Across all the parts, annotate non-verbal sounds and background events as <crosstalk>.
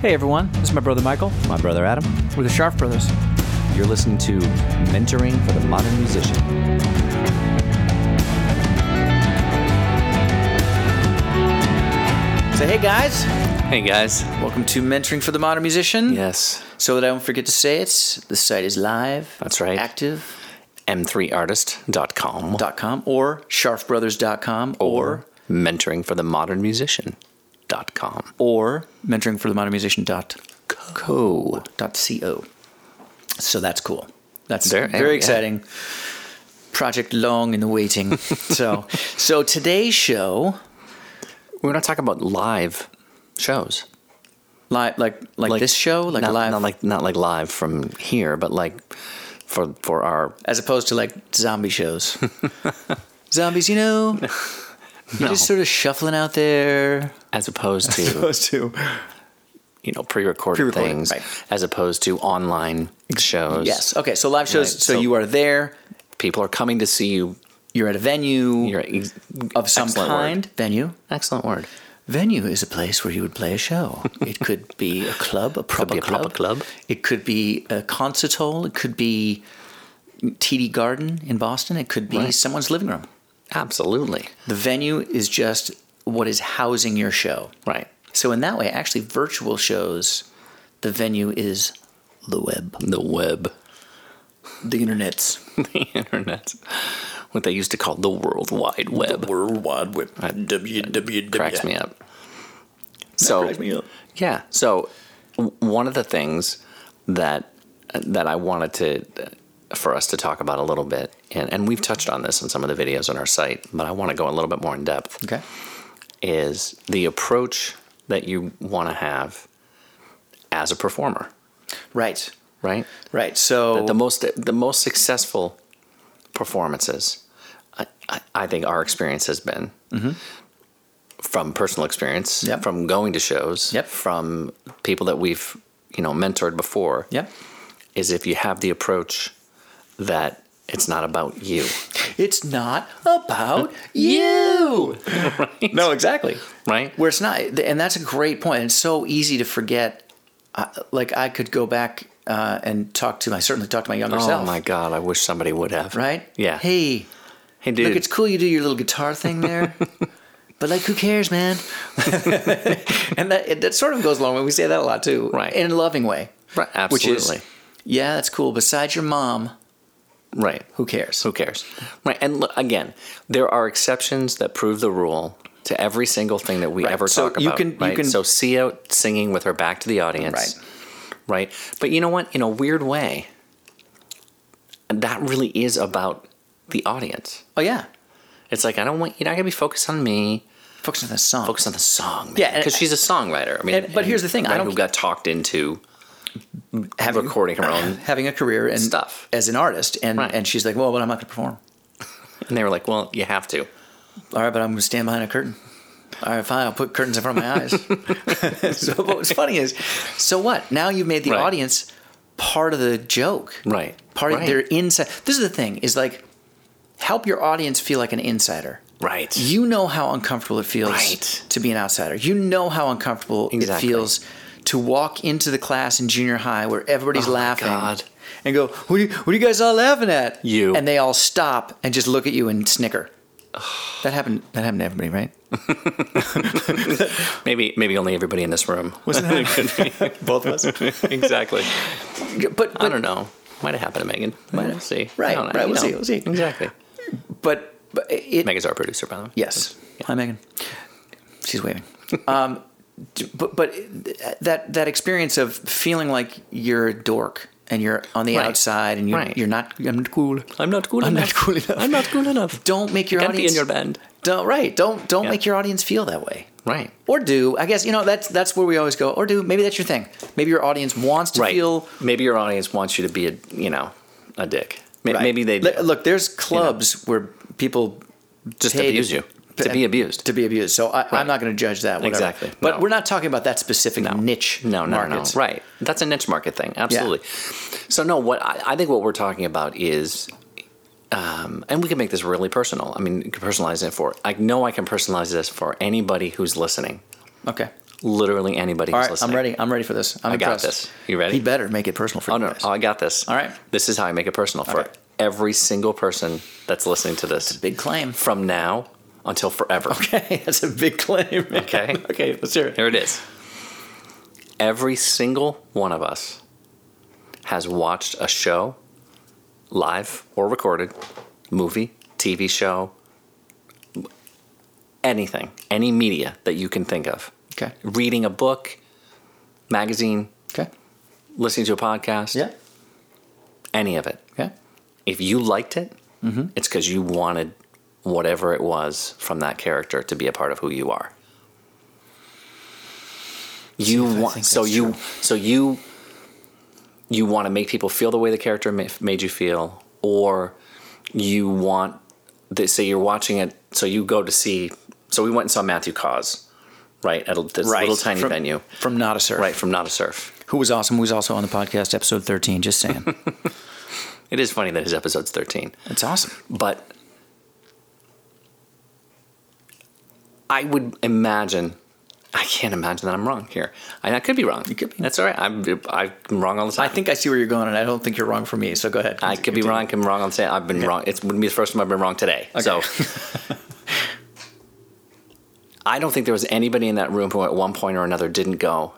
Hey everyone, this is my brother Michael. My brother Adam. We're the Sharp Brothers. You're listening to Mentoring for the Modern Musician. So hey guys, Hey guys. welcome to Mentoring for the Modern Musician. Yes. So that I don't forget to say it, the site is live. That's right. Active.com M3artist.com or sharpbrothers.com or mentoring for the modern musician.com. or mentoring for the modern musician dot Co. dot co. So that's cool. That's There- very yeah. exciting. Project long in the <laughs> waiting. so so today's show We're not talking about live shows. live like like, this show like not, live Not like not like live from here, but like for for our as opposed to like zombie shows. <laughs> Zombies, you know, you're just sort of shuffling out there. as <laughs> opposed to Opposed to you know pre-recorded, Pre-recorded, things right. as opposed to online shows. yes, okay. So live shows. Right, So, so- you are there. People are coming to see you. You're at a venue You're ex- of some excellent word. kind. Venue. Excellent word. Venue is a place where you would play a show. It could be a club, a proper, be a club. proper club. It could be a concert hall. It could be TD Garden in Boston. It could be Right. someone's living room. Absolutely. The venue is just what is housing your show. Right. So in that way, actually, virtual shows, the venue is the web, The web, the internet's <laughs> the internet, what they used to call the World Wide Web. World Wide Web. WWW cracks me up. So cracks me up. yeah, so w- one of the things that that I wanted to for us to talk about a little bit, and, and we've touched on this in some of the videos on our site, but I want to go a little bit more in depth. Okay. Is the approach that you want to have as a performer, Right. right? Right. So the most the most successful performances I, I, I think our experience has been from personal experience Mm-hmm. Yep. from going to shows Yep. from people that we've you know mentored before yep. is if you have the approach that it's not about you It's not about you. <laughs> No, exactly. right Where it's not, and that's a great point. It's so easy to forget. Uh, like I could go back uh, and talk to my certainly talk to my younger oh self. my god i wish somebody would have Right. yeah Hey, hey dude Look, it's cool you do your little guitar thing <laughs> there, but like, who cares, man? <laughs> and that it, that sort of goes along when we say that a lot too, Right. In a loving way, right, Which absolutely is, yeah, that's cool. Besides your mom, right who cares? Who cares? Right. And look, again, there are exceptions that prove the rule to every single thing that we Right. ever So talk you about. can- you right? can- so see out singing with her back to the audience. Right. Right. But you know what? In a weird way, that really is about the audience. Oh yeah, It's like I don't want you're not gonna be focused on me. focus on the song. Focus on the song. Yeah, and- because she's a songwriter. I mean, and- but here's the thing, I right, don't- who got talked into Having- recording her own, <laughs> having a career and Stuff. as an artist, and Right. and she's like, well, but I'm not going to perform. <laughs> and they were like, "Well, you have to." All right, but I'm going to stand behind a curtain. All right, fine. I'll put curtains in front of my eyes. <laughs> so, but what's funny is, so what? Now you've made the Right. audience part of the joke. Right. Part of Right. their inside. This is the thing: is like help your audience feel like an insider. Right. You know how uncomfortable it feels Right. to be an outsider. You know how uncomfortable Exactly. it feels to walk into the class in junior high where everybody's Oh, my laughing God. and go, what are, you, "What are you guys all laughing at?" You. and they all stop and just look at you and snicker. That happened. That happened to everybody, right? Maybe maybe only everybody in this room. <laughs> Wasn't that- <laughs> both of us? exactly. But, but I don't know. Might have happened to Megan. We'll see. Right, I don't know. right, You we'll know. see, we'll see. Exactly. but, but it, Megan's our producer, by the way. Yes. Hi, Megan. She's <laughs> waving. um, d- but but th- that that experience of feeling like you're a dork and you're on the Right. outside and you're, Right. you're not I'm not cool. I'm not cool I'm enough. not cool enough. I'm not cool enough. Don't make <laughs> your Can't be audience in your band. Don't right. Don't don't Yeah. make your audience feel that way. Right. Or do I guess you know that's that's where we always go. Or do maybe that's your thing. Maybe your audience wants to Right. feel Maybe your audience wants you to be a you know a dick. May- Right. Maybe they Look- look. There's clubs where people just paid- abuse you to be abused. to be abused. So I, I'm not going to judge that. whatever. Exactly. But No. we're not talking about that specific niche. no, no, no, markets. no. Right. That's a niche market thing. Absolutely. So no, what I, I think what we're talking about is, um, and we can make this really personal. I mean, you can personalize it for. I know I can personalize this for anybody who's listening. Okay. literally anybody All who's right, listening. I'm ready. I'm ready for this. I'm I got impressed. this. You ready? He better make it personal for Oh you no! guys. Oh, I got this. All right. This is how I make it personal for Okay. every single person that's listening to this Big claim. <laughs> from now until forever. Okay, that's a big claim. <laughs> Okay. okay, let's hear it. Here it is. Every single one of us has watched a show, live or recorded, movie, TV show, anything, any media that you can think of. Okay. Reading a book, magazine, Okay. listening to a podcast, Yeah. any of it. Okay. If you liked it, Mm-hmm. it's because you wanted whatever it was from that character to be a part of who you are. You if I want think so that's you true. so you you want to make people feel the way the character ma- made you feel, or you want they say you're watching it. So you go to see. So we went and saw Matthew Cause, right at a, this little tiny from, venue, from Not a Surf, right from Not a Surf. Who was awesome? Who was also on the podcast, episode 13. Just <laughs> saying, It is funny that his episode's thirteen. it's awesome. but I would imagine. I can't imagine that I'm wrong here, and I could be wrong. You could be. That's all right. I'm I'm wrong all the time. I think I see where you're going, and I don't think you're wrong for me. So go ahead. I could be wrong. I'm wrong on saying I've been wrong. It wouldn't be the first time I've been wrong today. So <laughs> I don't think there was anybody in that room who, at one point or another, didn't go.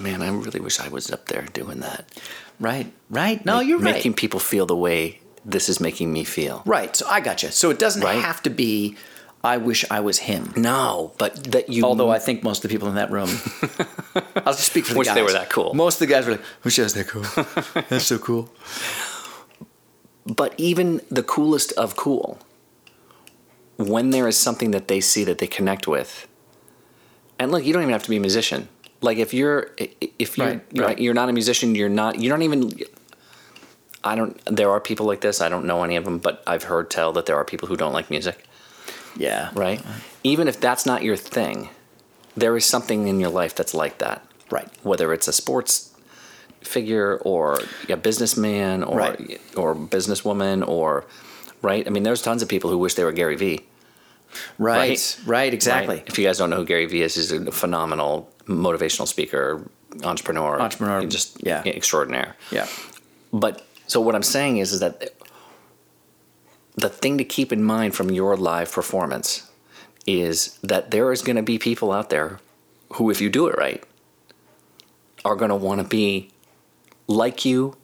Man, I really wish I was up there doing that. Right. Right. No, you're right. Making people feel the way this is making me feel. Right. So I got you. So it doesn't Right. have to be. I wish I was him. No, but that you. Although I think most of the people in that <laughs> room, I'll just speak for the Wish guys. they were that cool. Most of the guys were like, "Wish I was that <laughs> cool. That's so cool." but even the coolest of cool, when there is something that they see that they connect with, and look, you don't even have to be a musician. Like if you're, i- i- if you, Right, you're, right. you're not a musician, you're not, you don't even. I don't. There are people like this. I don't know any of them, but I've heard tell that there are people who don't like music. Yeah. Right. Even if that's not your thing, there is something in your life that's like that Right. whether it's a sports figure or a businessman or Right. or businesswoman or right. I mean, there's tons of people who wish they were Gary Vee. Right. Right. Right. exactly. If you guys don't know who Gary Vee is, he's a phenomenal motivational speaker, entrepreneur, Entrepreneur, just yeah. extraordinaire. Yeah. But so what I'm saying is, is that the thing to keep in mind from your live performance is that there is going to be people out there who, if you do it right, are going to want to be like you,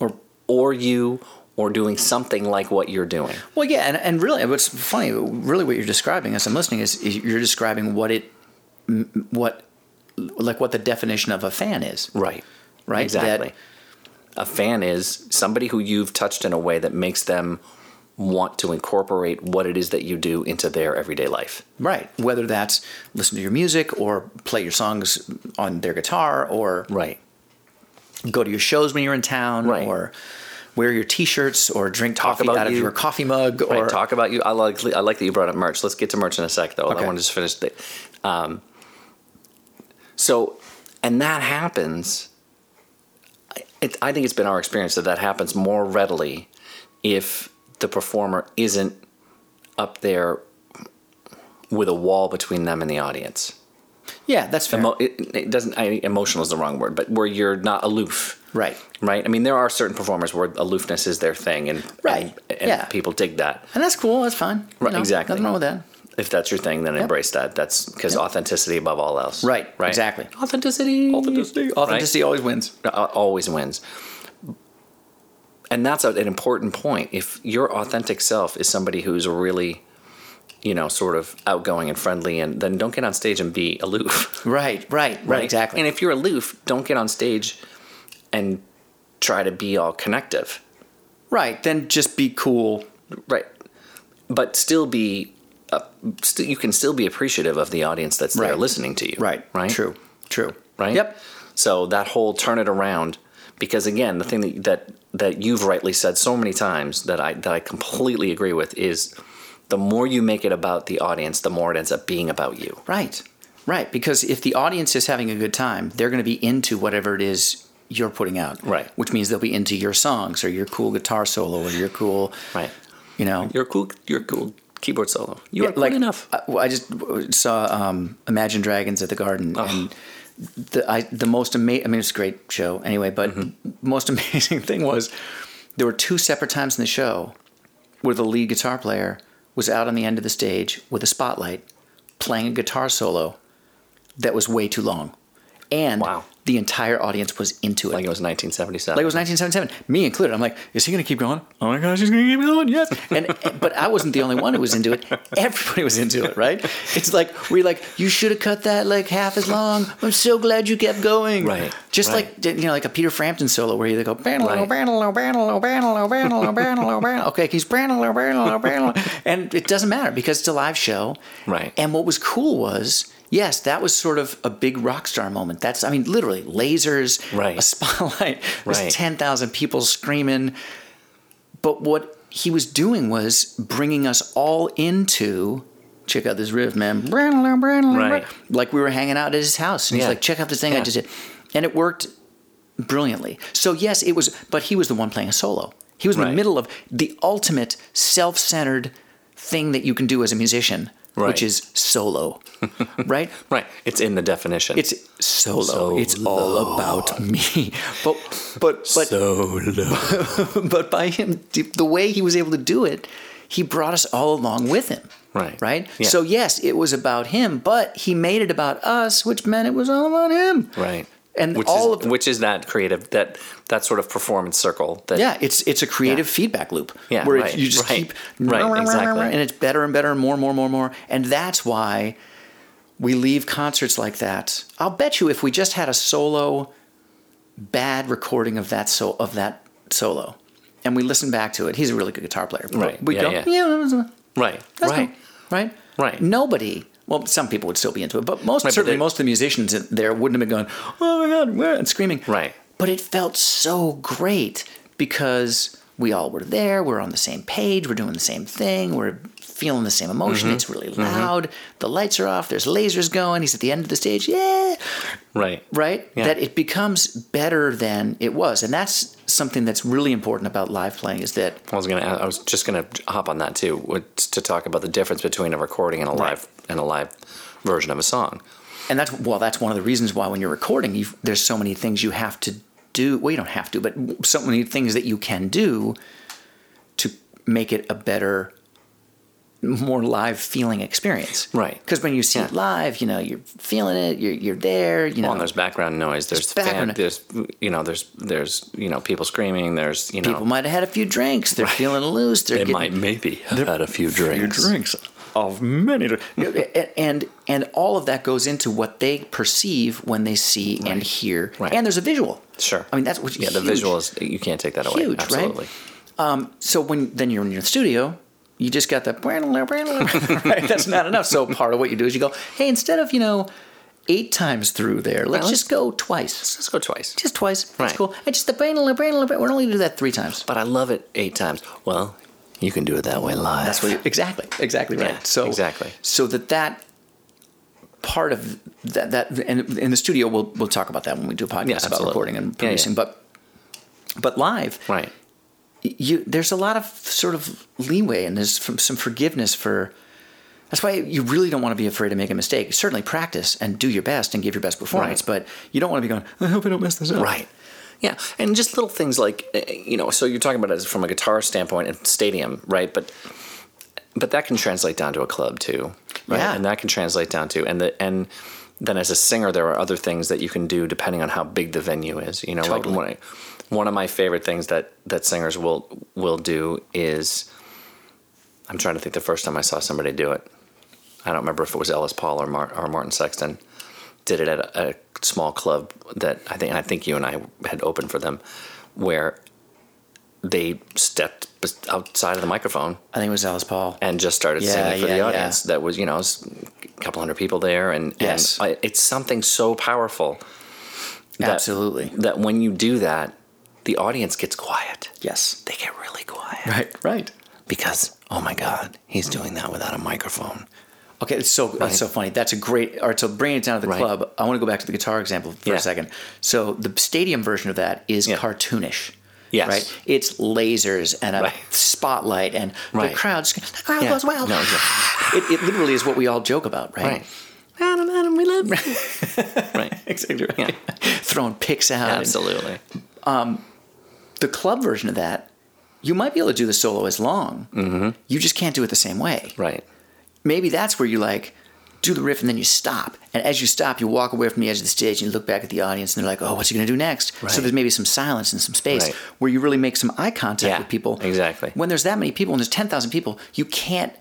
or or you, or doing something like what you're doing. Well, yeah, and, and really, what's funny, really, what you're describing as I'm listening is, is you're describing what it, m- what, like what the definition of a fan is, Right. right? Exactly. That- a fan is somebody who you've touched in a way that makes them want to incorporate what it is that you do into their everyday life. right. Whether that's listen to your music or play your songs on their guitar or Right. go to your shows when you're in town Right. or wear your T-shirts or drink Talk coffee about out you. of your coffee mug Right, or talk about you. I like I like that you brought up merch. Let's get to merch in a sec, though. I Okay. want to just finish the. Um, so, and that happens. I- It, I think it's been our experience that that happens more readily if the performer isn't up there with a wall between them and the audience. yeah, that's fair. Emo- it, it doesn't. I, emotional is the wrong word, but where you're not aloof right. right? I mean, there are certain performers where aloofness is their thing, and Right. and, and Yeah. people dig that. And that's cool. That's fine. You Right, know, exactly. Nothing wrong with that. If that's your thing, then embrace that. That's because authenticity above all else. Right, exactly. Authenticity. Authenticity. Authenticity always wins. always wins. And that's a- an important point. If your authentic self is somebody who's really, you know, sort of outgoing and friendly, and then don't get on stage and be aloof. <laughs> Right. Right. Right. Exactly. And if you're aloof, don't get on stage and try to be all connective. right. Then just be cool. right but still be uh, st- you can still be appreciative of the audience that's there Right. listening to you Right. right True. True. right Yep. so that whole turn it around because again the thing that that, that you've rightly said so many times that i that i completely agree with is the more you make it about the audience the more it ends up being about you Right. Right. Because if the audience is having a good time, they're going to be into whatever it is you're putting out. Right. Which means they'll be into your songs or your cool guitar solo or your cool, right you know, you're cool you're cool keyboard solo. You Yeah, are like, enough. I, well, I just w- saw um, Imagine Dragons at the Garden, and the I, the most amazing. I mean, it's a great show anyway, but Mm-hmm. <laughs> most amazing thing was there were two separate times in the show where the lead guitar player was out on the end of the stage with a spotlight playing a guitar solo that was way too long, and Wow. the entire audience was into it. Like it was 1977. Like it was 1977, me included. I'm like, is he going to keep going? Oh my gosh, he's going to keep going. Yes. And but I wasn't the only one who was into it. Everybody was into it, right? It's like we're like, you should have cut that like half as long. I'm so glad you kept going. Right, Just right. like you know, like a Peter Frampton solo where you go bandalo, Right. bandalo, bandalo, bandalo, bandalo, bandalo, bandalo. Okay, he's bandalo, bandalo, bandalo, and it doesn't matter because it's a live show. Right. And what was cool was. Yes, that was sort of a big rock star moment. That's, I mean, literally lasers, Right. a <laughs> spotlight. There's Right. 10,000 people screaming. But what he was doing was bringing us all into check out this riff, man. Right. Right. Like we were hanging out at his house. And he's Yeah. like, check out this thing I Yeah. just did. And it worked brilliantly. So, yes, it was, but he was the one playing a solo. He was in Right. the middle of the ultimate self centered thing that you can do as a musician, Right. which is <laughs> solo. right? right. It's in the definition. It's solo. It's all about me. <laughs> But <laughs> but but solo. but by him the way he was able to do it he brought us all along with him Right. right Yeah. so yes it was about him but he made it about us which meant it was all about him Right. And which all is, of the- which is that creative that that sort of performance circle that yeah it's it's a creative feedback loop Yeah, where it- right, you just right, keep right, exactly. and it's better and better and more and more and more and more and that's why we leave concerts like that i'll bet you if we just had a solo bad recording of that so of that solo and we listen back to it he's a really good guitar player but Right, we yeah, go yeah. that was- right That's right cool, right? Right. Nobody. Well, some people would still be into it, but most but certainly they- most of the musicians in there wouldn't have been going, "Oh my god!" wah," and screaming. Right. But it felt so great because we all were there. We're on the same page. We're doing the same thing. We're feeling the same emotion. Mm-hmm. It's really loud. The lights are off. There's lasers going. He's at the end of the stage. Yeah right right? Yeah. That it becomes better than it was, and that's something that's really important about live playing is that I was gonna I was just gonna hop on that too what- to talk about the difference between a recording and a Right. live and a live version of a song and that's well that's one of the reasons why when you're recording you there's so many things you have to do well you don't have to but so many things that you can do to make it a better more live feeling experience Right. because when you see it live you know you're feeling it you're, you're there you know well, and there's background noise there's fan- background- there's you know there's there's you know people screaming there's you know people might have had a few drinks they're feeling loose they're they getting, might maybe have had a few drinks of many <laughs> and and all of that goes into what they perceive when they see and hear Right. and there's a visual sure i mean that's what's yeah the huge. visual is you can't take that away Huge, right? absolutely so when then you're in your studio you just got the <laughs> right that's not enough so part of what you do is you go hey instead of you know eight times through there let's Right. just go twice let's go twice just twice that's Right. cool and just the brain brain brain we're only gonna do that three times but I love it eight times well you can do it that way live That's what you, exactly, exactly right. Yeah, so exactly. so that that part of that that and in the studio we'll we'll talk about that when we do a podcast Yeah, about absolutely. recording Yeah, and yeah. producing, but but live right you there's a lot of sort of leeway and there's from, some forgiveness for. That's why you really don't want to be afraid to make a mistake. Certainly practice and do your best and give your best performance, but you don't want to be going. I hope I don't mess this up. Right. Yeah, and just little things like eh, you know. So you're talking about it as from a guitar standpoint and stadium, right? But but that can translate down to a club too, right? Yeah. And that can translate down to and the and then as a singer, there are other things that you can do depending on how big the venue is. You know, Totally. like one one of my favorite things that that singers will will do is I'm trying to think the first time I saw somebody do it. I don't remember if it was Ellis Paul or, Mar- or Martin Sexton did it at a, a small club that I think I think you and I had opened for them, where they stepped outside of the microphone I think it was Alice Paul. and just started Yeah, singing for yeah, the yeah. audience. That was you know it was a couple hundred people there, and Yes. and I, it's something so powerful that- Absolutely. that when you do that, the audience gets quiet. Yes. They get really quiet Right. Right. because oh my god, he's doing that without a microphone. Okay, it's so that's so funny. That's a great. All right, so bringing it down to the Right. club, I want to go back to the guitar example for Yeah. a second. So the stadium version of that is Yeah. cartoonish. Yes. Right? It's lasers and a Right. spotlight and Right. the crowd's the crowd Yeah. goes wild. No, <laughs> exactly. it, it literally is what we all joke about, right? Right. Adam, Adam, we love. Right. exactly <laughs> right. Yeah. <laughs> Throwing picks out. and- Absolutely. the club version of that, you might be able to do the solo as long. Mm-hmm. You just can't do it the same way. Right. Maybe that's where you like do the riff and then you stop. And as you stop, you walk away from the edge of the stage and you look back at the audience and they're like, oh, what's he going to do next? Right. So there's maybe some silence and some space Right. where you really make some eye contact Yeah, with people. exactly. When there's that many people and there's 10,000 people, you can't.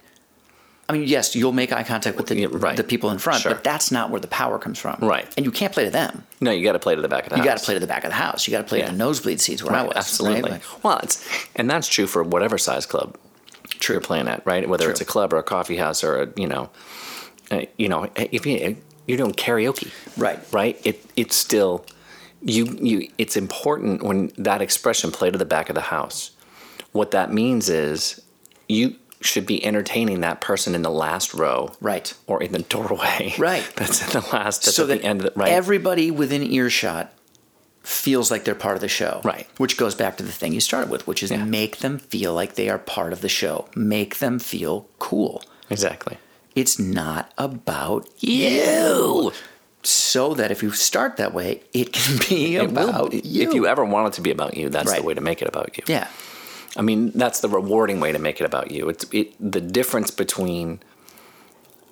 I mean, yes, you'll make eye contact with the, Yeah, right. the people in front, Sure. but that's not where the power comes from. Right. And you can't play to them. No, you got to play to the back of the You house. got to play to the back of the house. You got to play Yeah. to the nosebleed seats where I Right, was. right? absolutely. Like- Well, it's and that's true for whatever size club you're playing at, right? Whether it's a club or a coffee house or a you know, uh, you know, if you you're doing karaoke, Right. right? It it's still you you. It's important when that expression "play to the back of the house." What that means is you should be entertaining that person in the last row, Right. or in the doorway, Right. <laughs> That's in the last. That's so at that the end of the, right. everybody within earshot feels like they're part of the show. Right. Which goes back to the thing you started with, which is Yeah. make them feel like they are part of the show. Make them feel cool. exactly. It's not about You. so that if you start that way, it can <laughs> be It will- about you. If you ever want it to be about you, that's Right. the way to make it about you. yeah. I mean, that's the rewarding way to make it about you. It's it, the difference between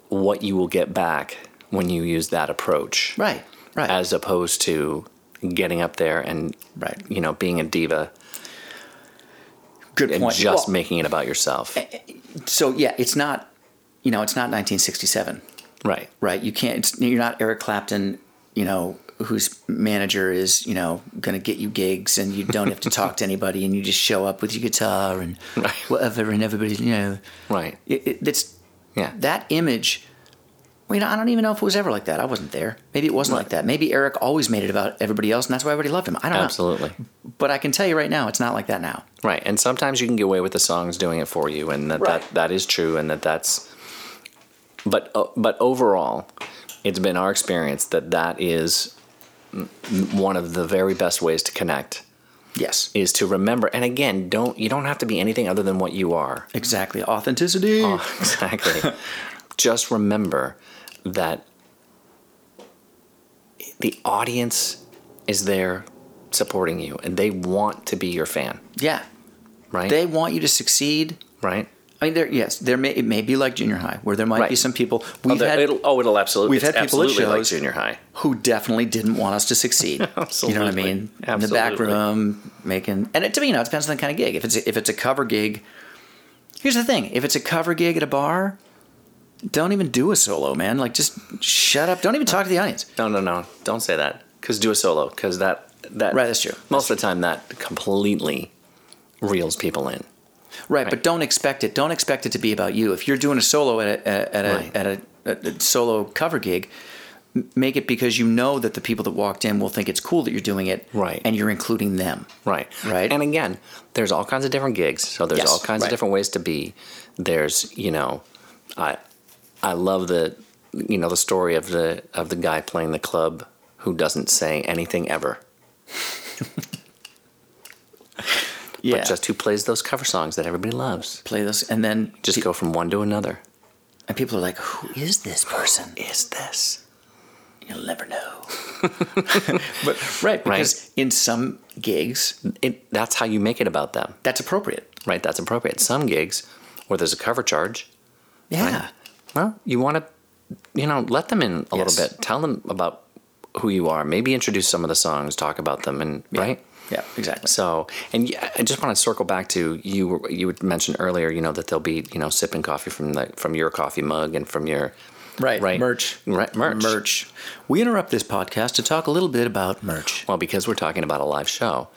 what you will get back when you use that approach, Right. Right. as opposed to getting up there and Right. you know being a diva good and point. just Well, eh, making it about yourself. so yeah, it's not you know, it's not 1967. right. right? You can't. It's, you're not Eric Clapton, you know, whose manager is you know going to get you gigs, and you don't have to talk to anybody, and you just show up with your guitar and Right. whatever, and everybody, you know, Right. it, it, it's Yeah. that image. Well, you know, I don't even know if it was ever like that. I wasn't there. Maybe it wasn't like that. Maybe Eric always made it about everybody else, and that's why everybody loved him. I don't Absolutely. know. But I can tell you right now, it's not like that now. Right. And sometimes you can get away with the songs doing it for you and that, Right. that that is true and that that's but uh, but overall it's been our experience that that is m- m- one of the very best ways to connect Yes. is to remember and again don't you don't have to be anything other than what you are. <laughs> Exactly. Authenticity. <laughs> exactly. Just remember that the audience is there supporting you and they want to be your fan, Yeah. right? They want you to succeed. right? I mean, there. Yes, there may it may be like junior high, where there might be Right. some people Oh, we've there- had it'll, oh, it'll absolutely. we've it's had people at absolutely like shows- junior high. who definitely didn't want us to <laughs> succeed. You know what I Absolutely. mean? In the back Absolutely. room, making and it, to me, you know, it depends on the kind of gig. If it's if it's a cover gig, here's the thing: if it's a cover gig at a bar, don't even do a solo, man. Like, just shut up. Don't even talk to the audience. No, no, no. Don't say that. Because do a solo. Because that that Right, that's true. Most of the time, that completely reels people in. Right, but don't expect it. Don't expect it to be about you. If you're doing a solo at a at a, Right. at, a, at a solo cover gig, m- make it because you know that the people that walked in will think it's cool that you're doing it, Right. And you're including them, Right. Right. And again, there's all kinds of different gigs. So there's Yes, all kinds right. of different ways to be. There's, you know, I I love the you know, the story of the of the guy playing the club who doesn't say anything ever. yeah. But just who plays those cover songs that everybody loves. play this, and then Just go from one to another. and people are like, "Who is this person?" Is this? You'll never know. <laughs> but right, Right. because in some gigs, It that's how you make it about them. that's appropriate. Right, that's appropriate. Some gigs where there's a cover charge, Yeah, well, you want to, you know, let them in Yes. a little bit. Tell them about who you are. Maybe introduce some of the songs, talk about them, and right. yeah, exactly. So, and y- I just want to circle back to you. were- You had mentioned earlier, you know, that they'll be, you know, sipping coffee from the from your coffee mug and from your right, right merch, right merch. merch. We interrupt this podcast to talk a little bit about merch. Well, because we're talking about a live show,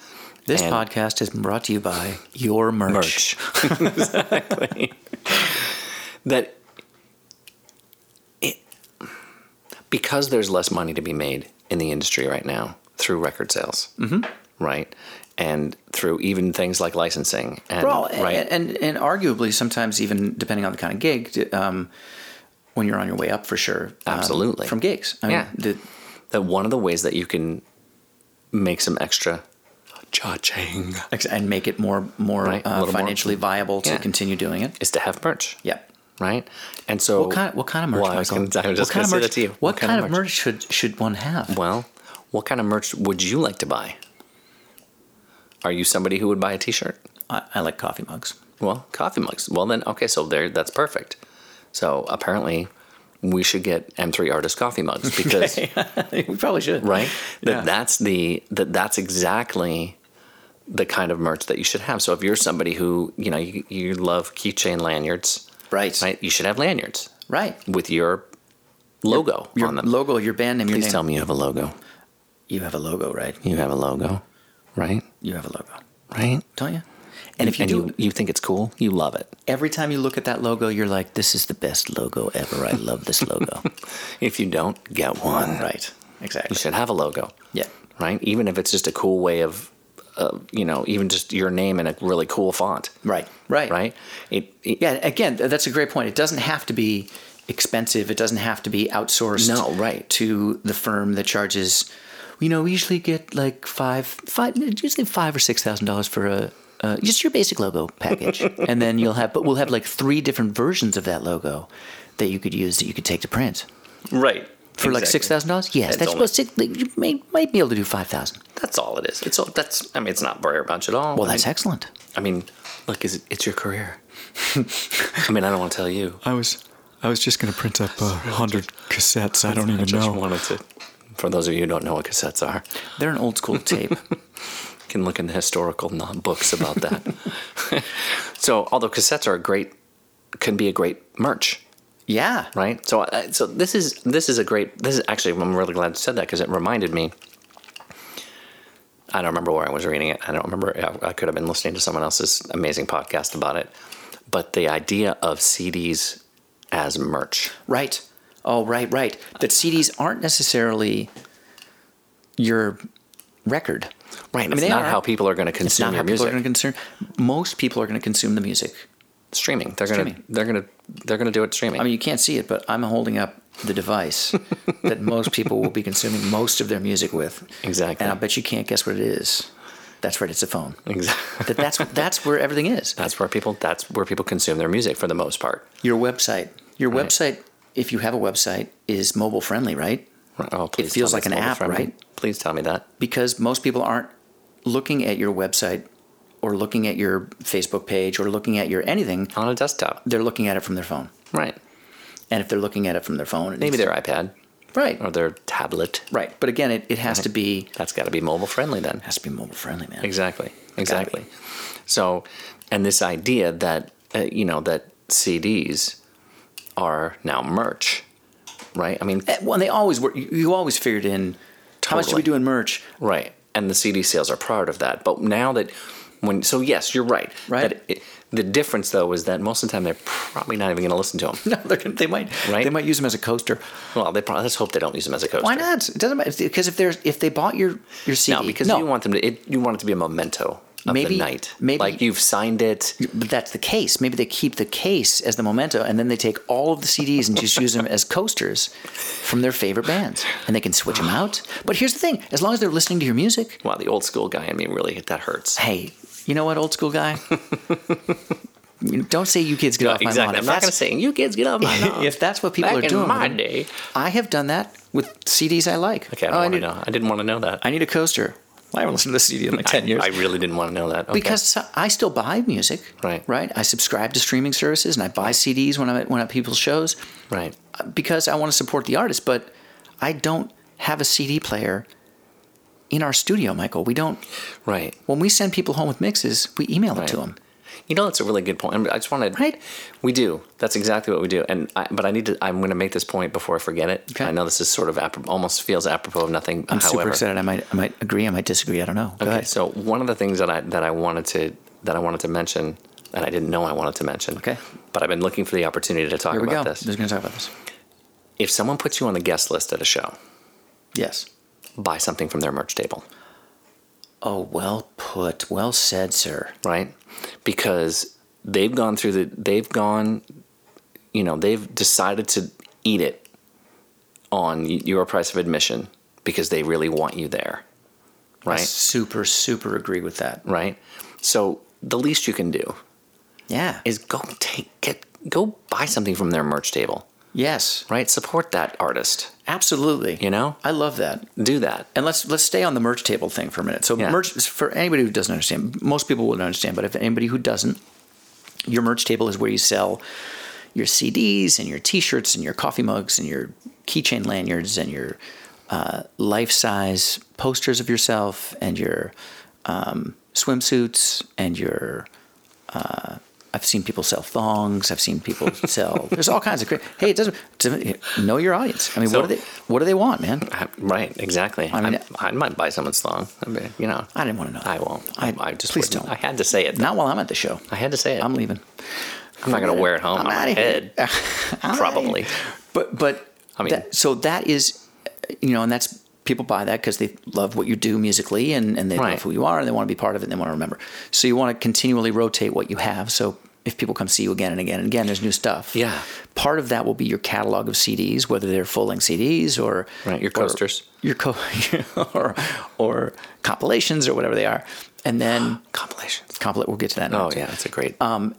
This And- podcast is brought to you by Your Merch. merch. exactly. that it, because there's less money to be made in the industry right now through record sales, mm-hmm. right? And through even things like licensing and Well, right, and, and and arguably sometimes even depending on the kind of gig, d- um, when you're on your way up for sure, um, Absolutely. from gigs. I mean, Yeah. the, that one of the ways that you can make some extra cha-ching, and make it more more Right, a uh, little more- financially viable to Yeah. continue doing it. is to have merch. Yep. Right? And so. What kind? What kind of merch? Oh. Well, I was Michael? gonna- I was what just kind gonna of say merch? that to you. What, kind, of merch should should one have? Well, what kind of merch would you like to buy? Are you somebody who would buy a T-shirt? I, I like coffee <laughs> mugs. Well, coffee mugs. Well, then okay, so there, that's perfect. So apparently, we should get M3 artist <laughs> coffee mugs because we probably should. right that Yeah. that's the that that's exactly the kind of merch that you should have. So if you're somebody who you know you, you love keychain lanyards, Right. right, you should have lanyards Right. with your logo Your on them. logo, your band name, your Please name. tell me you have a logo. You have a logo, right? You have a logo, right? You have a logo, Right. don't you? And if you and do, you, you think it's cool, you love it. every time you look at that logo, you're like, "This is the best logo ever. I love this <laughs> logo." If you don't, get one. right. You Exactly. should have a logo. Yeah. Right? Even if it's just a cool way of, uh, you know, even just your name in a really cool font. Right. Right. Right? It, it- Yeah. Again, th- that's a great point. It doesn't have to be expensive. It doesn't have to be outsourced. No, right. To the firm that charges, you know, we usually get like five, five, usually five or six thousand dollars for a. Uh, just your basic logo <laughs> package, and then you'll have. But we'll have like three different versions of that logo that you could use that you could take to print. Right. for like six thousand dollars. Yes, It's that's only- about six. like, You may, might be able to do five thousand. That's all it is. It's all, that's, I mean, it's not very much at all. Well, I that's mean, excellent. I mean, look, is it, it's your career. <laughs> I mean, I don't want to tell you. I was I was just gonna print up a hundred cassettes. I don't I even just know. wanted to, for those of you who don't know what cassettes are, They're an old <laughs> school tape. can look in the historical non- books about that. <laughs> so, although cassettes are a great, can be a great merch, yeah. right? So, I so this is this is a great. This is actually I'm really glad you said that because it reminded me. I don't remember where I was reading it. I don't remember. I, I could have been listening to someone else's amazing podcast about it, but the idea of CDs as merch. Right. Oh, right, right. That CDs aren't necessarily your record. Right. It's they not are. how people are going to It's consume not how your people music. are going to consume. Most people are going to consume the music. streaming. They're going to Streaming. they're going to they're going to do it streaming. I mean, you can't see it, but I'm holding up the <laughs> device that most people will be consuming most of their music with. Exactly. And I bet you can't guess what it is. That's right. It's a phone. exactly. <laughs> That that's that's where everything is. That's where people. That's where people consume their music for the most part. Your website. Your website, if you have a website, is mobile friendly, right? Oh, please feels tell me like an it's mobile app, friendly. right? Please tell me that. Because most people aren't looking at your website or looking at your Facebook page or looking at your anything. On a desktop, They're looking at it from their phone. right? And if they're looking at it from their phone, it Maybe Oh. needs- their iPad right. or their tablet. Right. But again, it, it has to be That's got to be mobile friendly then. has to be mobile friendly, man. Exactly. Exactly. So, and this idea that uh, you know that CDs are now merch, right? I mean, Eh, Well, and they always were. You, you always figured in how much do Totally. we do in merch? <laughs> Right. And the CD sales are part of that. But now that when so yes, you're right. Right. That it, the difference though is that most of the time they're probably not even going to listen <laughs> to them. No, they're gonna, they might. Right. They might use them as a coaster. well, they probably let's hope they don't use them as a coaster. Why not? It doesn't matter because if they're if they bought your your CD, No, because you want them to. It, you want it to be a memento of Maybe- the night. maybe- like you've signed it. But that's the case. Maybe they keep the case as the memento, and then they take all of the CDs and just use them as coasters from their favorite bands, and they can switch them out. But here's the thing: as long as they're listening to your music, Wow, the old school guy in me really that hurts. hey, you know what, old school <laughs> guy, You know, don't say you kids get off my lawn. exactly. If I'm not going to that's- say you kids get <laughs> off my lawn. if that's what people Back are in doing. my with them- day. I have done that with CDs I like. Okay, I Oh, don't want to need, know. I didn't want to know that. I need a coaster. I haven't listened to this CD in like ten years. <laughs> I really didn't want to know that. Okay. because I still buy music, Right. Right. I subscribe to streaming services and I buy CDs when I'm at, when I'm at people's shows uh, right. because I want to support the artist. But I don't have a CD player in our studio, Michael. We don't. Right. When we send people home with mixes, we email it to Right. them. You know, that's a really good point. I mean, I just want to. Right? We do. That's exactly what we do. And I, but I need to. I'm going to make this point before I forget it. Okay. I know this is sort of aprop- almost feels apropos of nothing. I'm however, super excited. I might I might agree. I might disagree. I don't know. Go Okay. ahead. So one of the things that I that I wanted to that I wanted to mention and I didn't know I wanted to mention. Okay. But I've been looking for the opportunity to talk Here we go. about This. this. We're going to talk about this. If someone puts you on the guest list at a show, Yes. buy something from their merch table. Oh, well put. Well said, sir. right? Because they've gone through the they've gone, you know, they've decided to eat it on y- your price of admission because they really want you there, I right? super, super agree with that. Right? So the least you can do Yeah. is go take get go buy something from their merch table, yes. right? Support that artist, Absolutely. you know? I love that. Do that. And let's let's stay on the merch table thing for a minute. So Yeah. merch for anybody who doesn't understand, most people wouldn't understand, but if anybody who doesn't, your merch table is where you sell your CDs and your T-shirts and your coffee mugs and your keychain lanyards and your uh, life-size posters of yourself and your um, swimsuits and your. Uh, I've seen people sell thongs. I've seen <laughs> people sell. There's all kinds of. Cra- hey, it doesn't to- know your audience. I mean, So- what do they? What do they want, man? I- Uh, Right, exactly. I, mean- I, might buy someone's thong. I mean, you know, I didn't want to know. I won't. I, I- I just please wouldn't. don't. I had to say it. Not while I'm at the show. I had to say it. I'm leaving. I'm not going to wear it home I'm on my outta here. <laughs> head. probably. But but I mean- that- so that is you know, and that's people buy that because they love what you do musically and, and they Right. love who you are and they want to be part of it and they want to remember. So you want to continually rotate what you have. So if people come see you again and again and again, there's new stuff. Yeah. Part of that will be your catalog of CDs, whether they're full length CDs or Right, your or- coasters. your co- <laughs> or or compilations or whatever they are. And then <gasps> Compilations. compilate we'll get to that in a Oh, minute yeah, that's a great. Um,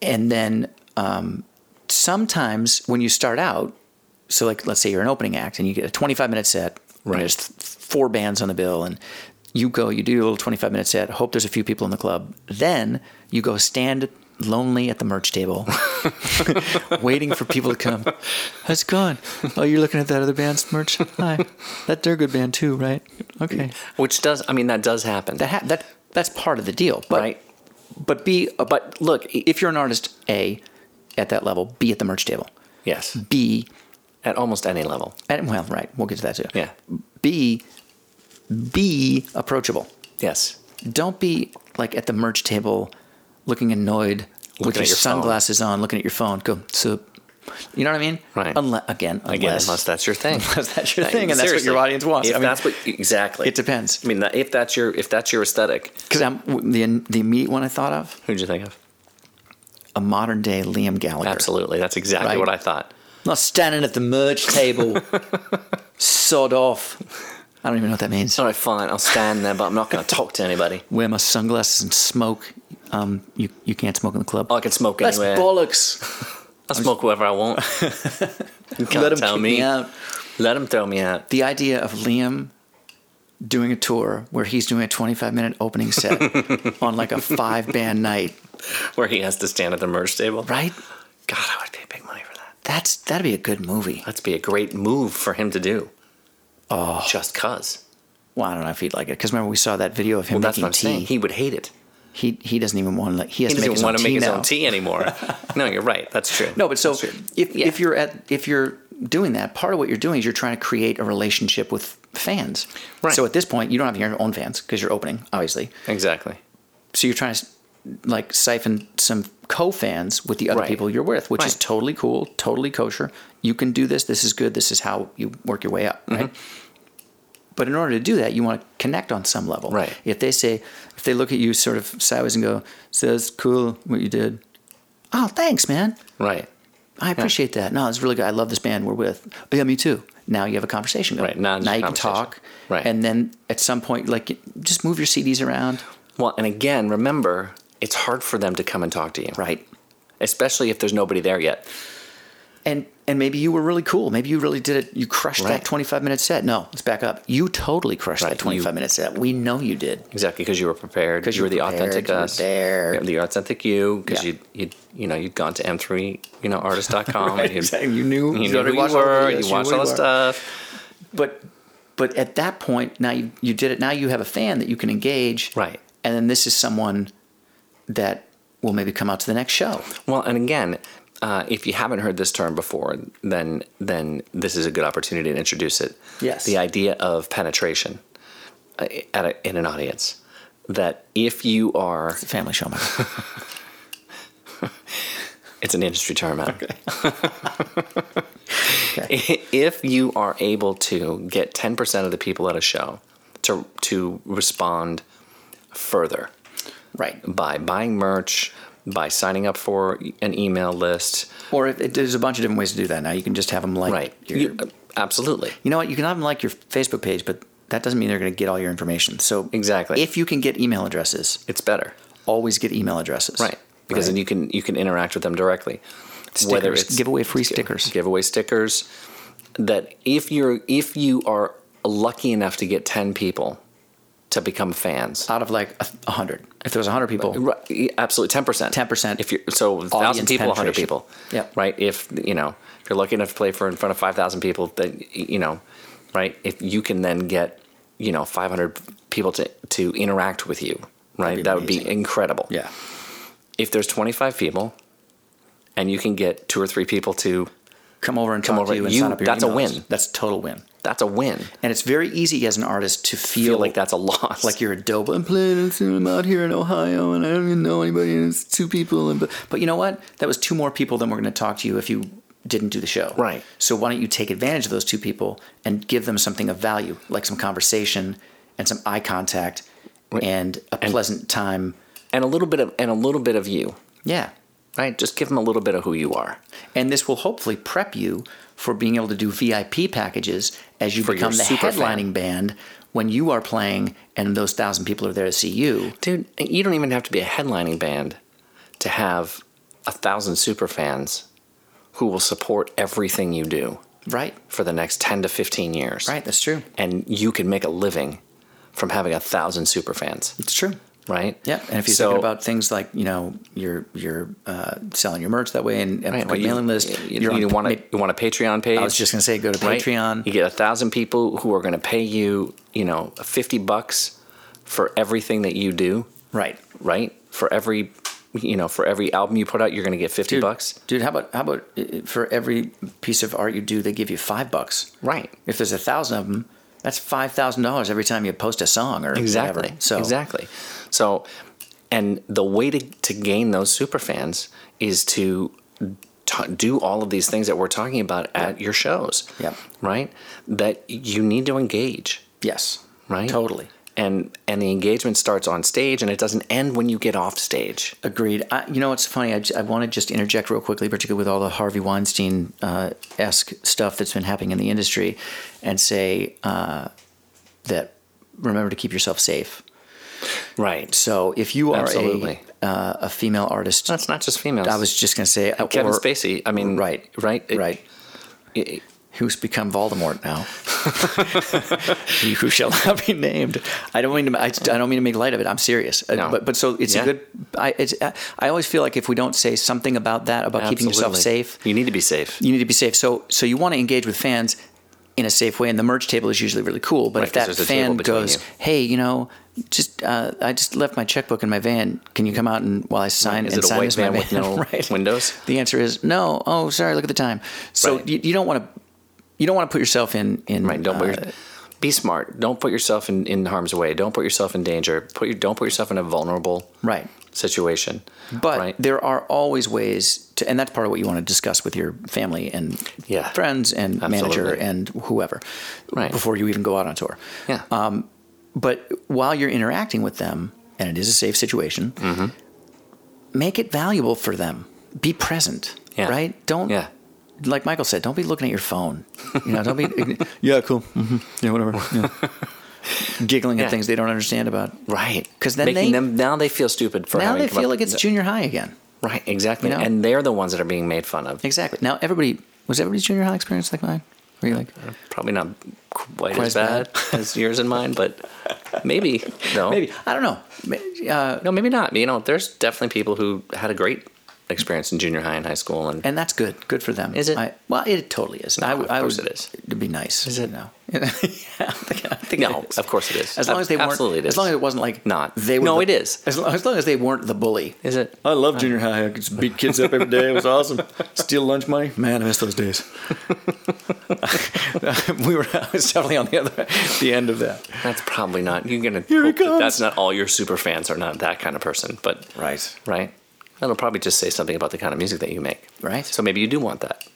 and then um, sometimes when you start out, so like let's say you're an opening act and you get a 25 minute set, right? Right. There's th- four bands on the bill, and you go, you do your little 25 minute set. Hope there's a few people in the club. Then you go stand lonely at the merch table, <laughs> waiting for people to come. How's it going? Oh, you're looking at that other band's merch. Hi, that they're a good band too, right? Okay, which does, I mean, that does happen. that ha- that that's part of the deal, but right? but be uh, but look if you're an artist a at that level b at the merch table Yes. b At almost any level. and well right we'll get to that too Yeah. b be approachable Yes. don't be like at the merch table looking annoyed with Looking your, at your phone. sunglasses on looking at your phone go so you know what i mean Right. Unle- again unless, Again, unless that's your thing. unless <laughs> that's your thing and that's what Seriously. your audience wants If i mean that's what exactly. it depends I mean, that- if that's your if that's your aesthetic, because i'm the, the immediate one i thought of who'd you think of? a modern day liam gallagher Absolutely, that's exactly Right. what I thought. Not standing at the merge table. <laughs> Sod off. I don't even know what that means. All right, fine. I'll stand there, but I'm not going to talk to anybody. Wear my sunglasses and smoke. Um, you you can't smoke in the club. I can smoke That's anywhere. bollocks. I'll smoke wherever I want. <laughs> You can't Let them tell kick me. me out. Let them throw me out. The idea of Liam doing a tour where he's doing a 25 minute opening set <laughs> on like a five band night, Where he has to stand at the merge table. right? God, I would pay big money for that. That's that'd be a good movie. That'd be a great move for him to do. Oh, just cause. Well, I don't know if he'd like it because remember we saw that video of him Well, that's making what I'm saying. tea. He would hate it. He he doesn't even want to like he has He to make doesn't his want own to make tea his now. own tea anymore. <laughs> no, you're right. That's true. No, but so That's true. if if you're at if you're doing that, part of what you're doing is you're trying to create a relationship with fans. Right. So at this point, you don't have your own fans because you're opening, obviously. exactly. So you're trying to like siphon some co-fans with the other Right. people you're with, which is Right. totally cool, totally kosher. You can do this. This is good. This is how you work your way up, right? But in order to do that, you want to connect on some level. Mm-hmm. Right. If they say, if they look at you sort of sideways and go, "So that's cool what you did." Oh, thanks, man. Right. I appreciate that. No, it's really good. I love this band we're with. Oh, yeah, me too. Now you have a conversation going. Right, now it's now a you can conversation. talk. Right. And then at some point, like, just move your CDs around. Well, and again, remember, it's hard for them to come and talk to you. Right. Especially if there's nobody there yet. And and maybe you were really cool. Maybe you really did it. You crushed Right. that 25 minute set. No, let's back up. You totally crushed that Right, 25 minute set. We know you did. Exactly, because you were prepared. Because you you were the were prepared, authentic you were us. there. Yeah, The authentic you, because Yeah. you you you know you'd gone to M3, you <laughs> know, artist.com. and you'd, You knew. You knew who you were. You watched all the stuff. But but at that point, now you, you did it. Now you have a fan that you can engage. Right. And then this is someone that will maybe come out to the next show. Well, and again, uh, if you haven't heard this term before, then then this is a good opportunity to introduce it. Yes. the idea of penetration uh, at a, in an audience. That if you are, It's a family show, Michael. it's an industry term. Adam. <laughs> if you are able to get ten percent of the people at a show to to respond further, Right. by buying merch, by signing up for an email list. Or if it, there's a bunch of different ways to do that now. You can just have them like Right. your, you, You- absolutely. know what? You can have them like your Facebook page, but that doesn't mean they're going to get all your information. So Exactly. if you can get email addresses, It's better, always get email addresses. right? Because then you can you can interact with them directly. Stickers. Give away free stickers. give away stickers. That if you're if you are lucky enough to get ten people to become fans, out of like a a hundred, if there was a hundred people, Right, e- absolutely, ten percent. 10%. If you're so, thousand people, hundred penetration. people. Yep. Right. If you know, if you're lucky enough to play for in front of five thousand people, then y- you know, right. If you can then get you know five hundred people to to interact with you, right, be that would be amazing. incredible. yeah, If there's twenty five people, and you can get two or three people to, come over and come talk over. to you and You- sign up your that's a emails. win. That's a total win. that's a win. And it's very easy as an artist to I feel, feel like that's a loss. like you're a dope. I'm playing and I'm out here in Ohio and I don't even know anybody and it's two people. And but, but you know what? That was two more people than we're going to talk to you if you didn't do the show. Right. So why don't you take advantage of those two people and give them something of value, like some conversation and some eye contact and a pleasant time. and a little bit of and a little bit of you, Yeah. right? Just give them a little bit of who you are. And this will hopefully prep you for being able to do VIP packages as you become your the super headlining fan. band when you are playing and those thousand people are there to see you. dude you don't even have to be a headlining band to have a thousand super fans who will support everything you do Right. for the next 10 to 15 years Right. That's true. and you can make a living from having a thousand super fans It's true. right Yeah, and if you're So- thinking about things like you know you're you're uh, selling your merch that way and, and Right, like you- mailing list, you, are you want a, you want a patreon page I was just gonna say go to right? Patreon. You get a thousand people who are going to pay you, you know, fifty bucks for everything that you do, Right, right? For every, you know, for every album you put out, you're going to get fifty bucks, dude. How about how about uh, for every piece of art you do, they give you five bucks. right? If there's a thousand of them, that's five thousand dollars every time you post a song or Exactly. Whatever. So exactly. So, and the way to, to gain those super fans is to ta do all of these things that we're talking about at your shows. Yep. Right. That you need to engage. yes, Right. totally And and the engagement starts on stage, and it doesn't end when you get off stage. agreed. I, you know what's funny? I, j- I want to just interject real quickly, particularly with all the Harvey Weinstein uh, esque stuff that's been happening in the industry, and say uh, that remember to keep yourself safe. Right. So So if you are Absolutely. a uh, a female artist, that's not just females. I was just gonna say uh, Kevin or- Spacey. I mean, right, right, It- right. it- Who's become Voldemort <laughs> now? <laughs> he who shall not be named. I don't mean to. I, I don't mean to make light of it. I'm serious. Uh, No. But but so it's Yeah. a good. I it's, uh, I always feel like if we don't say something about that about keeping yourself absolutely. safe, You need to be safe. you need to be safe. So so you want to engage with fans in a safe way, and the merch table is usually really cool. But Right, if that 'cause there's a fan table between goes, you. "Hey, you know, just uh, I just left my checkbook in my van. Can you come out and while I sign Is and it a sign white this in my van with no <laughs> Right. windows? The answer is no. Oh, sorry. Look at the time. So Right. you, you don't want to. You don't want to put yourself in in Right. Don't put uh, your, be smart. Don't put yourself in, in harm's way. Don't put yourself in danger. Put your, don't put yourself in a vulnerable right. situation. But right? there are always ways to, and that's part of what you want to discuss with your family and Yeah. friends and manager Absolutely. and whoever Right. before you even go out on tour. yeah, uh, But while you're interacting with them, and it is a safe situation, make it valuable for them. Be present, Mm-hmm. Yeah. right? Don't, yeah. like Michael said, don't be looking at your phone. You know, don't <laughs> be, yeah, cool, hmm yeah, whatever, yeah. <laughs> giggling Yeah. at things they don't understand about. Right. 'Cause then Making they- them now they feel stupid for Now having they come feel up- like it's junior high again. right exactly, you know? and they're the ones that are being made fun of. Exactly. Now everybody was everybody's junior high experience like mine. Were you like Probably not quite, Quite as as bad as yours and mine, but <laughs> maybe no, maybe I don't know. May- Uh, no, maybe not. You know, there's definitely people who had a great experience in junior high and high school, and, and that's good. Good for them. Is it? I, well, it totally is. I, would- of I course would, it is. It'd be nice. Is it? You know? <laughs> yeah, I think, I think no, it is. of course it is. As long as they weren't. absolutely it is. As long as it wasn't like Not. They were No, the- it is. As long, as long as they weren't the bully. is it I love junior high. I could just beat kids up every day. It was awesome. Steal lunch money. Man, I miss those days. <laughs> we were. I was definitely on the other the end of that. That's probably not. You're gonna. Here he hope that comes. That's not all your super fans are not that kind of person, but Right. right. That'll probably just say something about the kind of music that you make. Right. So maybe you do want that,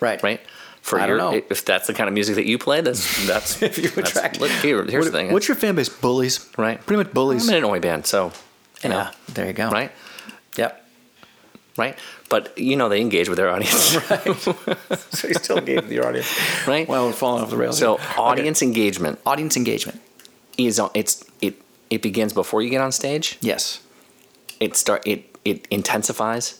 Right. right? For I your, don't know. if that's the kind of music that you <laughs> play, that's that's If you that's- attract- look, here, here's the thing. What's your fan base? Bullies. right? Pretty much bullies. I'm in an oi band, so you know, Yeah. There you go. right? Yep. right? But you know they engage with their <laughs> audience, <laughs> So you still gave the audience. right? Well, we're falling off the rails. so here. audience engagement Okay. audience engagement. is on, it's it it begins before you get on stage. Yes. It start it it intensifies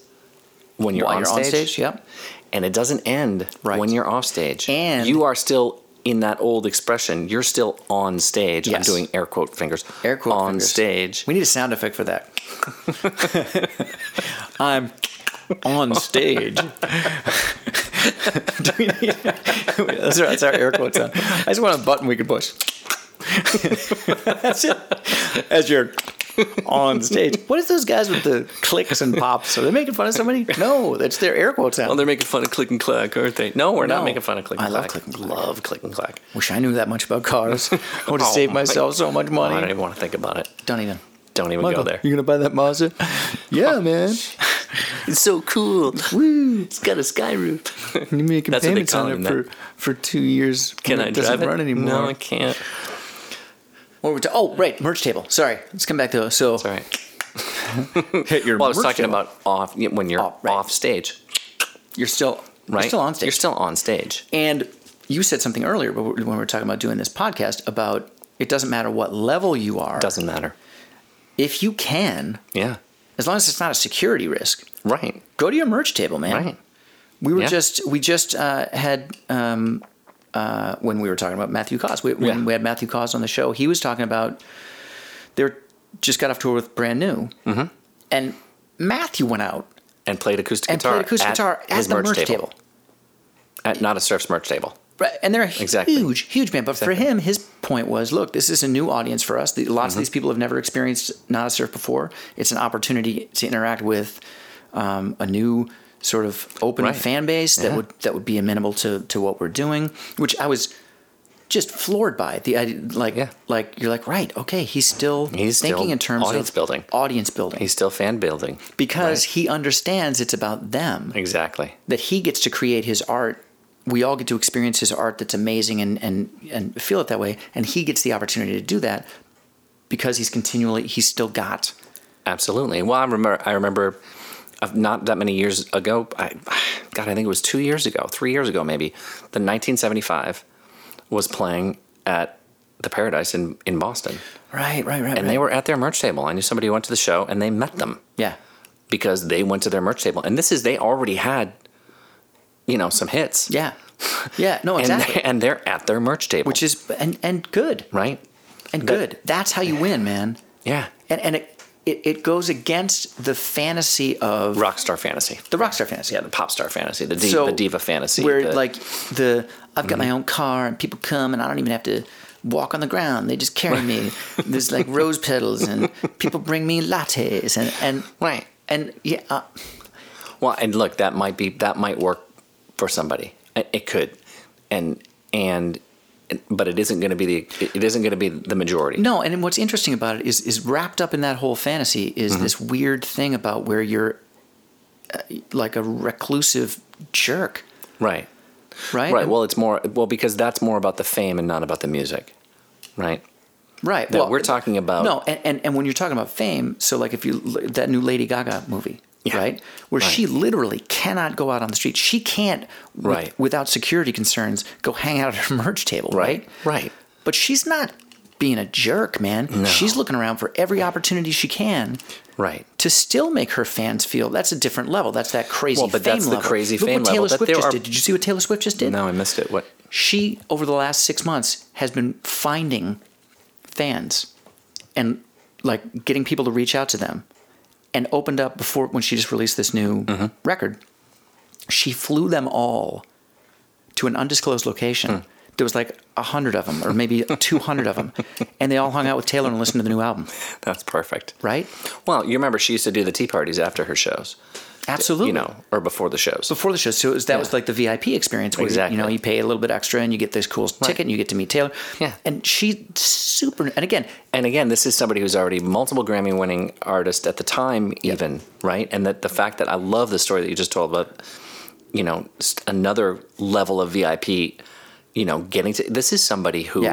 when you're, While on, you're stage, on stage, yep. and it doesn't end Right. when you're off stage. And- you are still in that old expression. You're still on stage. I'm Yes. doing air quote fingers. Air quote on fingers. stage. We need a sound effect for that. <laughs> I'm on stage. <laughs> Do we need- that's, our, that's our air quote sound. I just want a button we could push. <laughs> that's it. As you're on stage. What is those guys with the clicks and pops? Are they making fun of somebody? No, that's their air quote sound. Oh, they're making fun of click and clack, aren't they? No, we're No. not making fun of click and I clack. love click and clack. Love click and clack. Wish I knew that much about cars. I would have Oh, saved my- myself so much I don't money. even want to think about it. Don't even. Don't even Michael, go there. Oh. You gonna buy that Mazda? yeah, man. It's so cool. Woo! It's got a sky roof. You making That's what they payments call on them, it that- for, for two years. Can and I it doesn't drive it? run anymore? No, I can't. What were we ta- oh, right, merch table. Sorry, let's come back to so <laughs> All right. hit your. Well, I was merch talking table. about off when you're Oh, right. off stage, you're still right? You're still on stage. You're still on stage. and you said something earlier but when we were talking about doing this podcast about it doesn't matter what level you are. Doesn't matter. If you can, Yeah. as long as it's not a security risk, Right. go to your merch table, man. Right. We were Yeah. just we just uh, had um, uh, when we were talking about Matthew Cause. We, when Yeah. we had Matthew Cause on the show, he was talking about they're just got off tour with Brand New, mm-hmm. and Matthew went out And played acoustic and guitar. played acoustic guitar at his the merch table. At not a surf's merch table. Right, and they're a Exactly. huge, huge band. But for Exactly. Mm-hmm. him, his point was, look, this is a new audience for us. The, lots of these people have never experienced not a surf before. It's an opportunity to interact with um, a new sort of open Right. fan base that Yeah. would that would be amenable to to what we're doing. Which I was just floored by the idea. Like, Yeah. like you're like, right, okay, he's still He's thinking still in terms audience of building. audience building, He's still fan building. because he understands it's about them Exactly. that he gets to create his art. We all get to experience his art that's amazing and, and, and feel it that way. And he gets the opportunity to do that because he's continually, he's still got. Absolutely. Well, I remember. I remember, uh, not that many years ago. I, God, I think it was two years ago, three years ago, maybe. The 1975 was playing at the Paradise in in Boston, Right, right, right. and they were at their merch table. I knew somebody who went to the show, and they met them yeah. because they went to their merch table. And this is they already had, you know, some hits. Yeah. Yeah. No, And, exactly. <laughs> and they're at their merch table, Which is, and, and good. right. And That- good. That's how you win, man. Yeah, And, and it, it, it goes against the fantasy of rock star fantasy, the rock star fantasy. yeah, the pop star fantasy, the, di- So, the diva fantasy, where the- like the I've got my Mm-hmm. own car and people come and I don't even have to walk on the ground. They just carry <laughs> me. There's like rose petals and people bring me lattes and and right. and yeah, uh, Well, and look, that might be that might work for somebody. It, it could, and and but it isn't going to be the it isn't going to be the majority. no. And what's interesting about it is is wrapped up in that whole fantasy is Mm-hmm. this weird thing about where you're uh, like a reclusive jerk, Right. right? Right. Well, it's more well because that's more about the fame and not about the music, right? right. That we're talking about. No, and, and and when you're talking about fame, so like if you that new Lady Gaga movie, Yeah. right, where Right. she literally cannot go out on the street. She can't, with- Right. without security concerns, go hang out at her <laughs> merch table, right? Right. Right. But she's not being a jerk, man. She's looking around for every opportunity she can Right. to still make her fans feel that's a different level. That's that crazy. Well, but fame that's the level. crazy Look fame what level, Taylor that Swift there just are- did. Did you see what Taylor Swift just did? No, I missed it. What? she over the last six months has been finding fans and like getting people to reach out to them and opened up before when she just released this new Mm-hmm. record she flew them all to an undisclosed location Hmm. there was like a hundred of them or <laughs> maybe 200 of them and they all hung out with taylor and listened to the new album That's perfect. right Well, you remember she used to do the tea parties after her shows, absolutely you know, or before the shows. before the show. So it was, that was like the VIP experience where you, Exactly. you know you pay a little bit extra and you get this cool ticket and you get to meet Taylor. Yeah. and she super. And again, and again, this is somebody who's already multiple Grammy winning artist at the time, even right. And that the fact that I love the story that you just told about, you know, s- another level of VIP, you know, getting to this is somebody who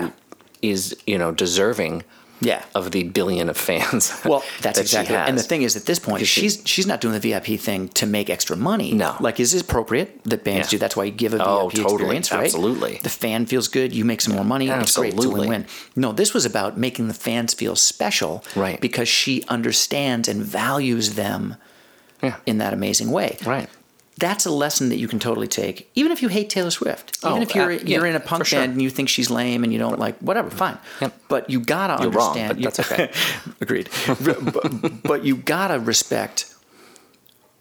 is Yeah. you know deserving Yeah. of the billion of fans. <laughs> Well, that's that she exactly. And the has. thing is, at this point, she- she's she's not doing the VIP thing to make extra money. No. like is it appropriate that bands Yeah. do? That's why you give a VIP Oh, totally. experience, right? Absolutely. The fan feels good. You make some more money. It's great. It's a Absolutely. win-win. No, this was about making the fans feel special, Right. Because she understands and values them Yeah. in that amazing way, Right. That's a lesson that you can totally take, even if you hate Taylor Swift. Even Oh, if you're uh, yeah, you're in a for punk sure. band and you think she's lame and you don't like whatever, fine. Yep. But you gotta You're wrong, understand. but you- that's okay. <laughs> Agreed. but, but you gotta respect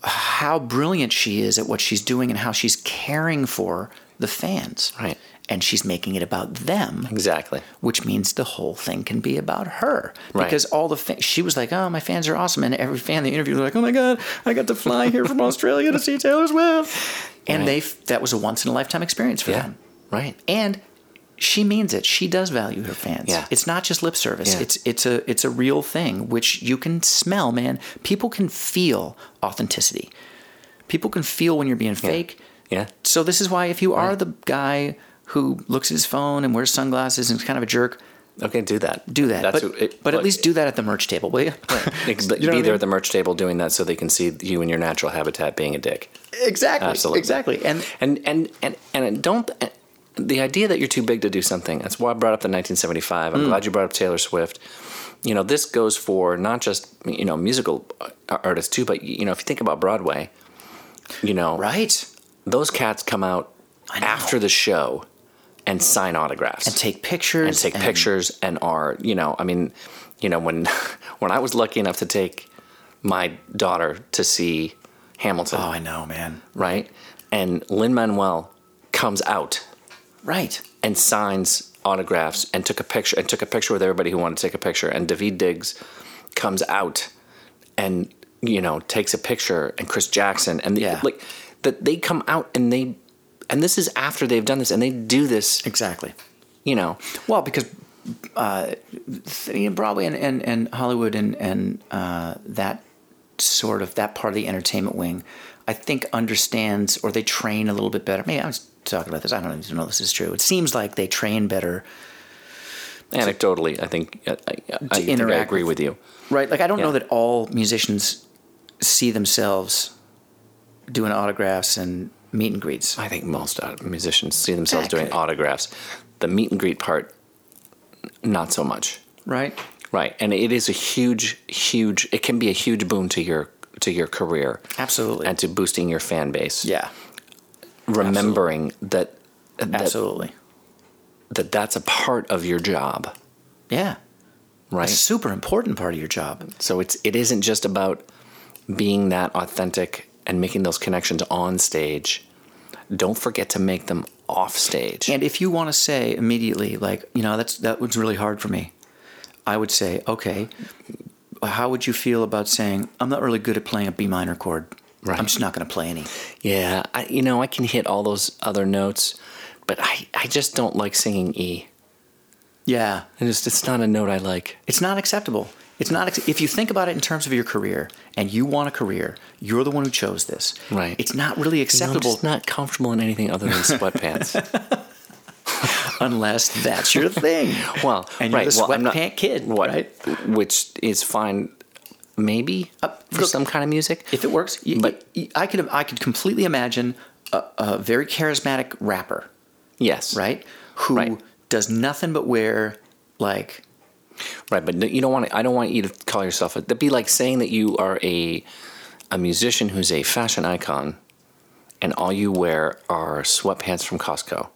how brilliant she is at what she's doing and how she's caring for the fans. Right. And she's making it about them, Exactly. which means the whole thing can be about her. Right. Because all the fa- she was like, "Oh, my fans are awesome," and every fan they interviewed was like, "Oh my god, I got to fly here <laughs> from Australia to see Taylor Swift," and Right. they f- that was a once in a lifetime experience for Yeah. them. Right. Um, And she means it. She does value her fans. Yeah. It's not just lip service. Yeah. It's it's a it's a real thing which you can smell, man. People can feel authenticity. People can feel when you're being fake. Yeah. So this is why if you are the guy who looks at his phone and wears sunglasses and is kind of a jerk, Okay, do that. do that. That's but who- it- but at look, least do that at the merch table, will you? <laughs> Ex- be what I there mean? at the merch table doing that so they can see you in your natural habitat being a dick. <laughs> exactly. Absolutely. Exactly. And And and and and don't the idea that you're too big to do something. That's why I brought up the 1975. Mm. I'm glad you brought up Taylor Swift. You know, this goes for not just you know musical uh, artists too, but you know if you think about Broadway, you know, right. Those cats come out know. after the show and sign autographs And take pictures. and take pictures and are you know i mean you know when <laughs> when i was lucky enough to take my daughter to see hamilton Oh, I know, man. right and lynn manuel comes out Right. and signs autographs and took a picture and took a picture with everybody who wanted to take a picture and david diggs comes out and you know takes a picture and chris jackson and the, Yeah. like that they come out and they and this is after they've done this and they do this Exactly. you know Well, because uh, th- you know, Broadway and, and, and Hollywood and and uh, that sort of that part of the entertainment wing, I think understands or they train a little bit better. Maybe I was talking about this. I don't even know if this is true. It seems like they train better, anecdotally i think i, I, I, think I interact agree with- with you right? Like I don't know Yeah. that all musicians see themselves doing autographs and meet and greets. I think most uh, musicians see themselves doing Exactly. autographs. The meet and greet part, not so much. Right? Right, and it is a huge, huge. It can be a huge boon to your to your career Absolutely. and to boosting your fan base. yeah. remembering that, that Absolutely. that that's a part of your job, Yeah. right? A super important part of your job. So it's it isn't just about being that authentic and making those connections on stage. Don't forget to make them off stage. And if you want to say immediately, like, you know, that's that was really hard for me, I would say, okay, how would you feel about saying, I'm not really good at playing a B minor chord. Right. I'm just not going to play any. Yeah, I, you know, I can hit all those other notes, but I, I just don't like singing E. Yeah, I just, it's not a note I like. it's not acceptable. It's not ac- if you think about it in terms of your career and you want a career, you're the one who chose this. Right. It's not really You know, I'm acceptable just not comfortable in anything <laughs> other than sweatpants. unless that's your <laughs> thing. well, And you're right, the well, I'm not- sweatpant kid, what- right? Which is fine, maybe Uh, for look, some kind of music. If it works, you, But- you- I could I could completely imagine a, a very charismatic rapper yes, right? Who Right. does nothing but wear like right. But no- you don't want to, I don't want you to call yourself. A, that'd be like saying that you are a a musician who's a fashion icon, and all you wear are sweatpants from Costco.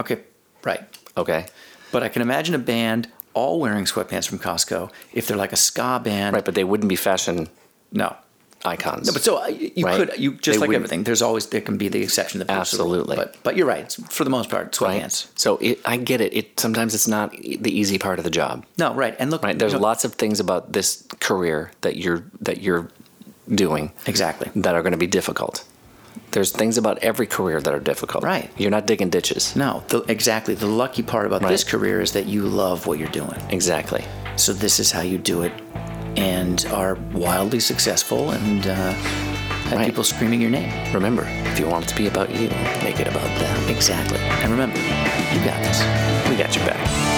okay, right. Okay, But I can imagine a band all wearing sweatpants from Costco if they're like a ska band. right, but they wouldn't be fashion No. icons. But so uh, y- you Right. could you just They like wouldn't- everything. There's always there can be the exception to the proof to the rule. Absolutely. But but you're right. It's, for the most part, right? sweatpants. So it, I get it. It sometimes it's not e- the easy part of the job, No, right. And look, right? There's you know- lots of things about this career that you're that you're doing Exactly. that are going to be difficult. There's things about every career that are difficult. Right. You're not digging ditches. No, the, exactly. The lucky part about Right. this career is that you love what you're doing. Exactly. So this is how you do it, and are wildly successful, and uh, have Right. people screaming your name. Remember, if you want it to be about you, make it about them. Exactly. And remember, you got this. We got your back.